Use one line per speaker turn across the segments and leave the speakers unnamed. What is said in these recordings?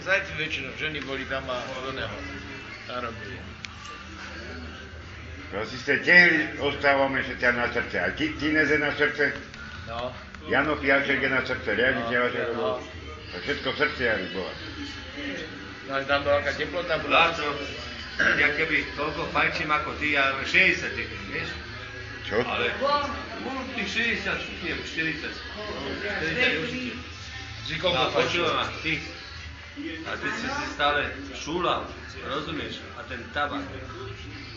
Zajcy wyciążeni, boli dama Ronema. Ta robili.
Prosi ste, tiež ostávame, že ťa na srdce. A ti, ti neze na srdce,
No.
Jano Piašek je na srdce, riadne ťa vaše
No,
robo.
no.
A všetko v srdci, Jano, bola.
No ale tam była jaka cieplota była.
Láco, ja keby toľko fajčím ako ty, ja 60 idem, vieš?
Čo?
Ale možno tých 60, čo ti je, 40. 40 určite.
Dzikowo
No,
patrzyła.
počúvaj ma, ty. A ty si si stále šúľal, rozumieš? A ten tabak.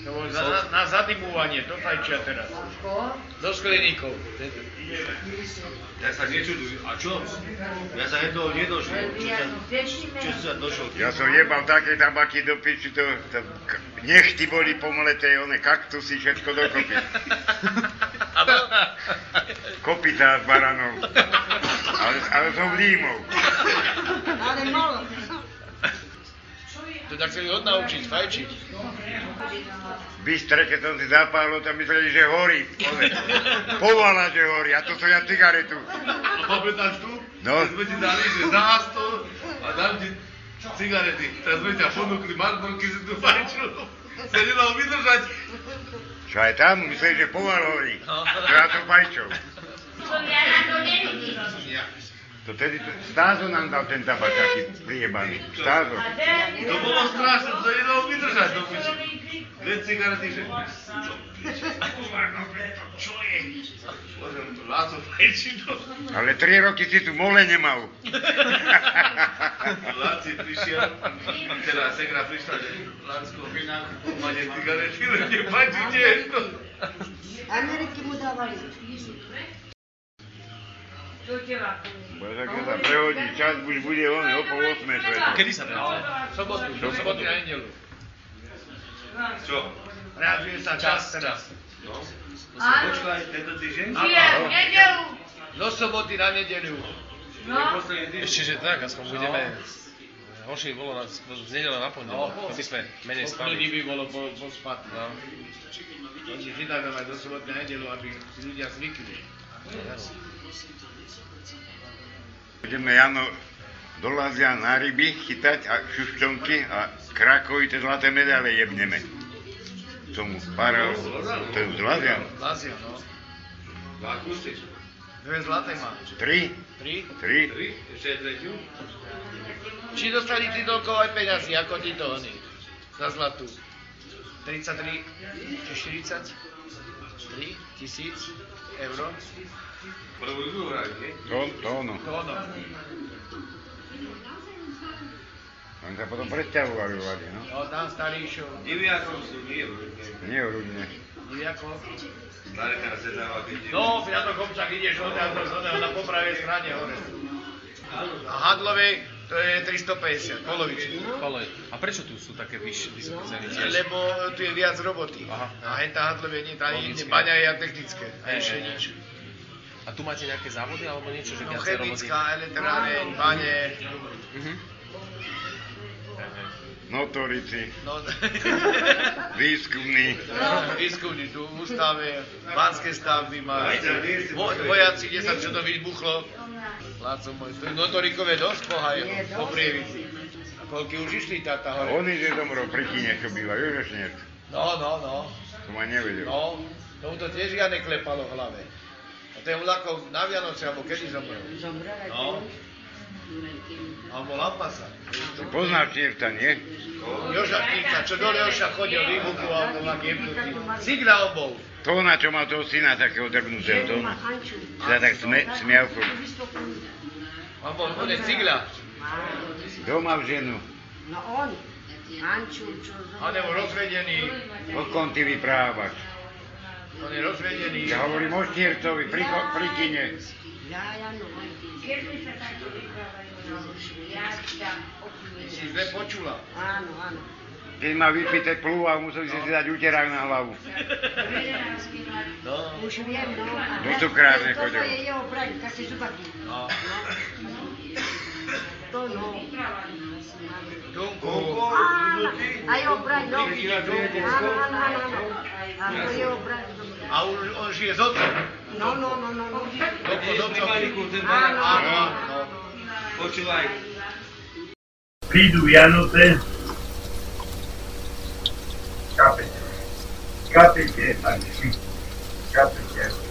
To było za- na, na zadymułanie, to fajcia teraz. Do skleników.
Ja sa nečuduj. A čo? Ja sa jednoho nedožil. Čo sa, čo sa došlo?
Ja som jebal také tabaky do piči, to, to k- nechty boli pomleté, one kaktusy, všetko dokopy.
A to...
Kopita s baranom. Ale, ale som límov.
Ale malo.
To tak sobie odnauczyć, fajczyć.
Bystre, keď som si zapálil, tam mysleli, že horí. Ove, Povala, že horí, a to som ja cigaretu.
A pamätáš tu?
No.
Keď sme ti dali, že zásto a dám ti cigarety. Teraz sme ťa ponúkli Markom, keď si tu fajčil. Sa nedalo vydržať.
Čo aj tam, mysleli, že poval horí. To ja som fajčov. To tedy t- stázo nám dal ten tabak taký priebaný. Stázo.
To bolo strašné, to sa nedalo vydržať do piči. Dve cigarety, že... Čo piči? Kurva, to čo je? Pozriem tu, Láco fajčí to.
Ale tri roky si tu mole nemal.
Láci prišiel, teda segra prišla, že Lácko, máte cigarety, len nepáčite jedno.
Ameriky mu dávali.
Bo tak sa prehodí čas, už bude on o pol osme svetu.
Kiedy sa wraca? W No, sobotu, w soboty na niedzielu.
Čo?
Realizuje sa čas teraz.
No, to si
Áno.
počula aj tento týždeň?
Do soboty na nedeľu. No.
Posledný týždeň.
Ešte, že tak, aspoň budeme... Horšie bolo nás z nedele na pondelok,
No.
keby sme menej
Ľudí
spali.
by bolo po, po spať. No. Oni vydávajú aj do soboty na nedeľu, aby si ľudia zvykli.
Budeme Jano do Lazia na ryby chytať a šuščonky a Krakovi tie zlaté medaile jebneme. Tomu paral, to je z Lazia.
Lazia, no.
A kusíš?
Dve zlaté má.
Tri?
Tri.
Tri?
Tri? Ešte aj tretiu?
Či dostali ty toľko aj peňazí, ako títo oni? Za zlatú. 33 či 40? 3 tisíc eur.
Prvú idú hrať, nie?
To, to no. ono.
To ono.
On sa potom presťahovali v Lazia, no.
No, tam starý išiel.
Diviakom sú nie, bro.
Nie rudne.
Nejako.
Staré teraz se dáva vidieť.
No, Piatok Homčak ideš od nás, od nás, na popravej strane hore. A Hadlovej to je 350, polovičný.
Ale, a prečo tu sú také vyššie ceny?
Lebo tu je viac roboty.
Aha.
A henta Hadlovej nie, tam je
Logicky.
baňa je a technické. A
Hej,
ešte
hej,
nič.
A tu máte nejaké závody alebo niečo, že
No,
viacej robotí?
chemická, elektráreň, bane,
Mhm.
Notorici,
no,
výskumní.
výskumní tu v ústave, banské stavby má, vo, vojaci, kde sa čo to vybuchlo. Láco môj, tu notorikové dosť pohajú
Je dosť.
po prievidzi. Koľky už išli táta
A
hore?
oni, že domro pri kine, čo býva, vieš, že nie?
No, no, no,
To ma nevedel.
no, tomu to tiež ja neklepalo v hlave. A ten Ulakov na Vianoce, alebo kedy zomrel?
Zomrel aj
No. Alebo Lampasa.
Ty poznáš Čierta, nie?
Joža Kýka, čo do Leoša chodil, vybuchu, alebo na jemnutý. Signa obou.
To ona, čo má toho syna takého drbnutého, to ona.
Anču.
Sa tak sme, smial furt.
Mám bol, bude cigla.
Doma v ženu.
No on. Anču, čo
On je rozvedený,
O kom ty vyprávaš?
on je rozvedený.
Ja hovorím o Štiercovi, pri, ko- pri kine.
Ja, ja, no.
Si zle počula.
Áno, áno.
Keď ma vypite plúva, musel si si dať úterák na hlavu.
No,
Už viem, no. a-
No to krásne
Toto
chodil.
je jeho braň, kasi zubaky.
no.
To no.
Dunku.
A jeho braň, no. Áno, áno, áno, áno. A to je jeho braň. no.
A on, on žije s otcom.
No, no, no, no, no.
Dunku s
Vieš,
otcom.
mechaniku, ten
Áno,
Áno,
barák.
áno,
no.
áno.
Počúvaj,
Prídu Vianoce, kapete, kapete a či, kapete.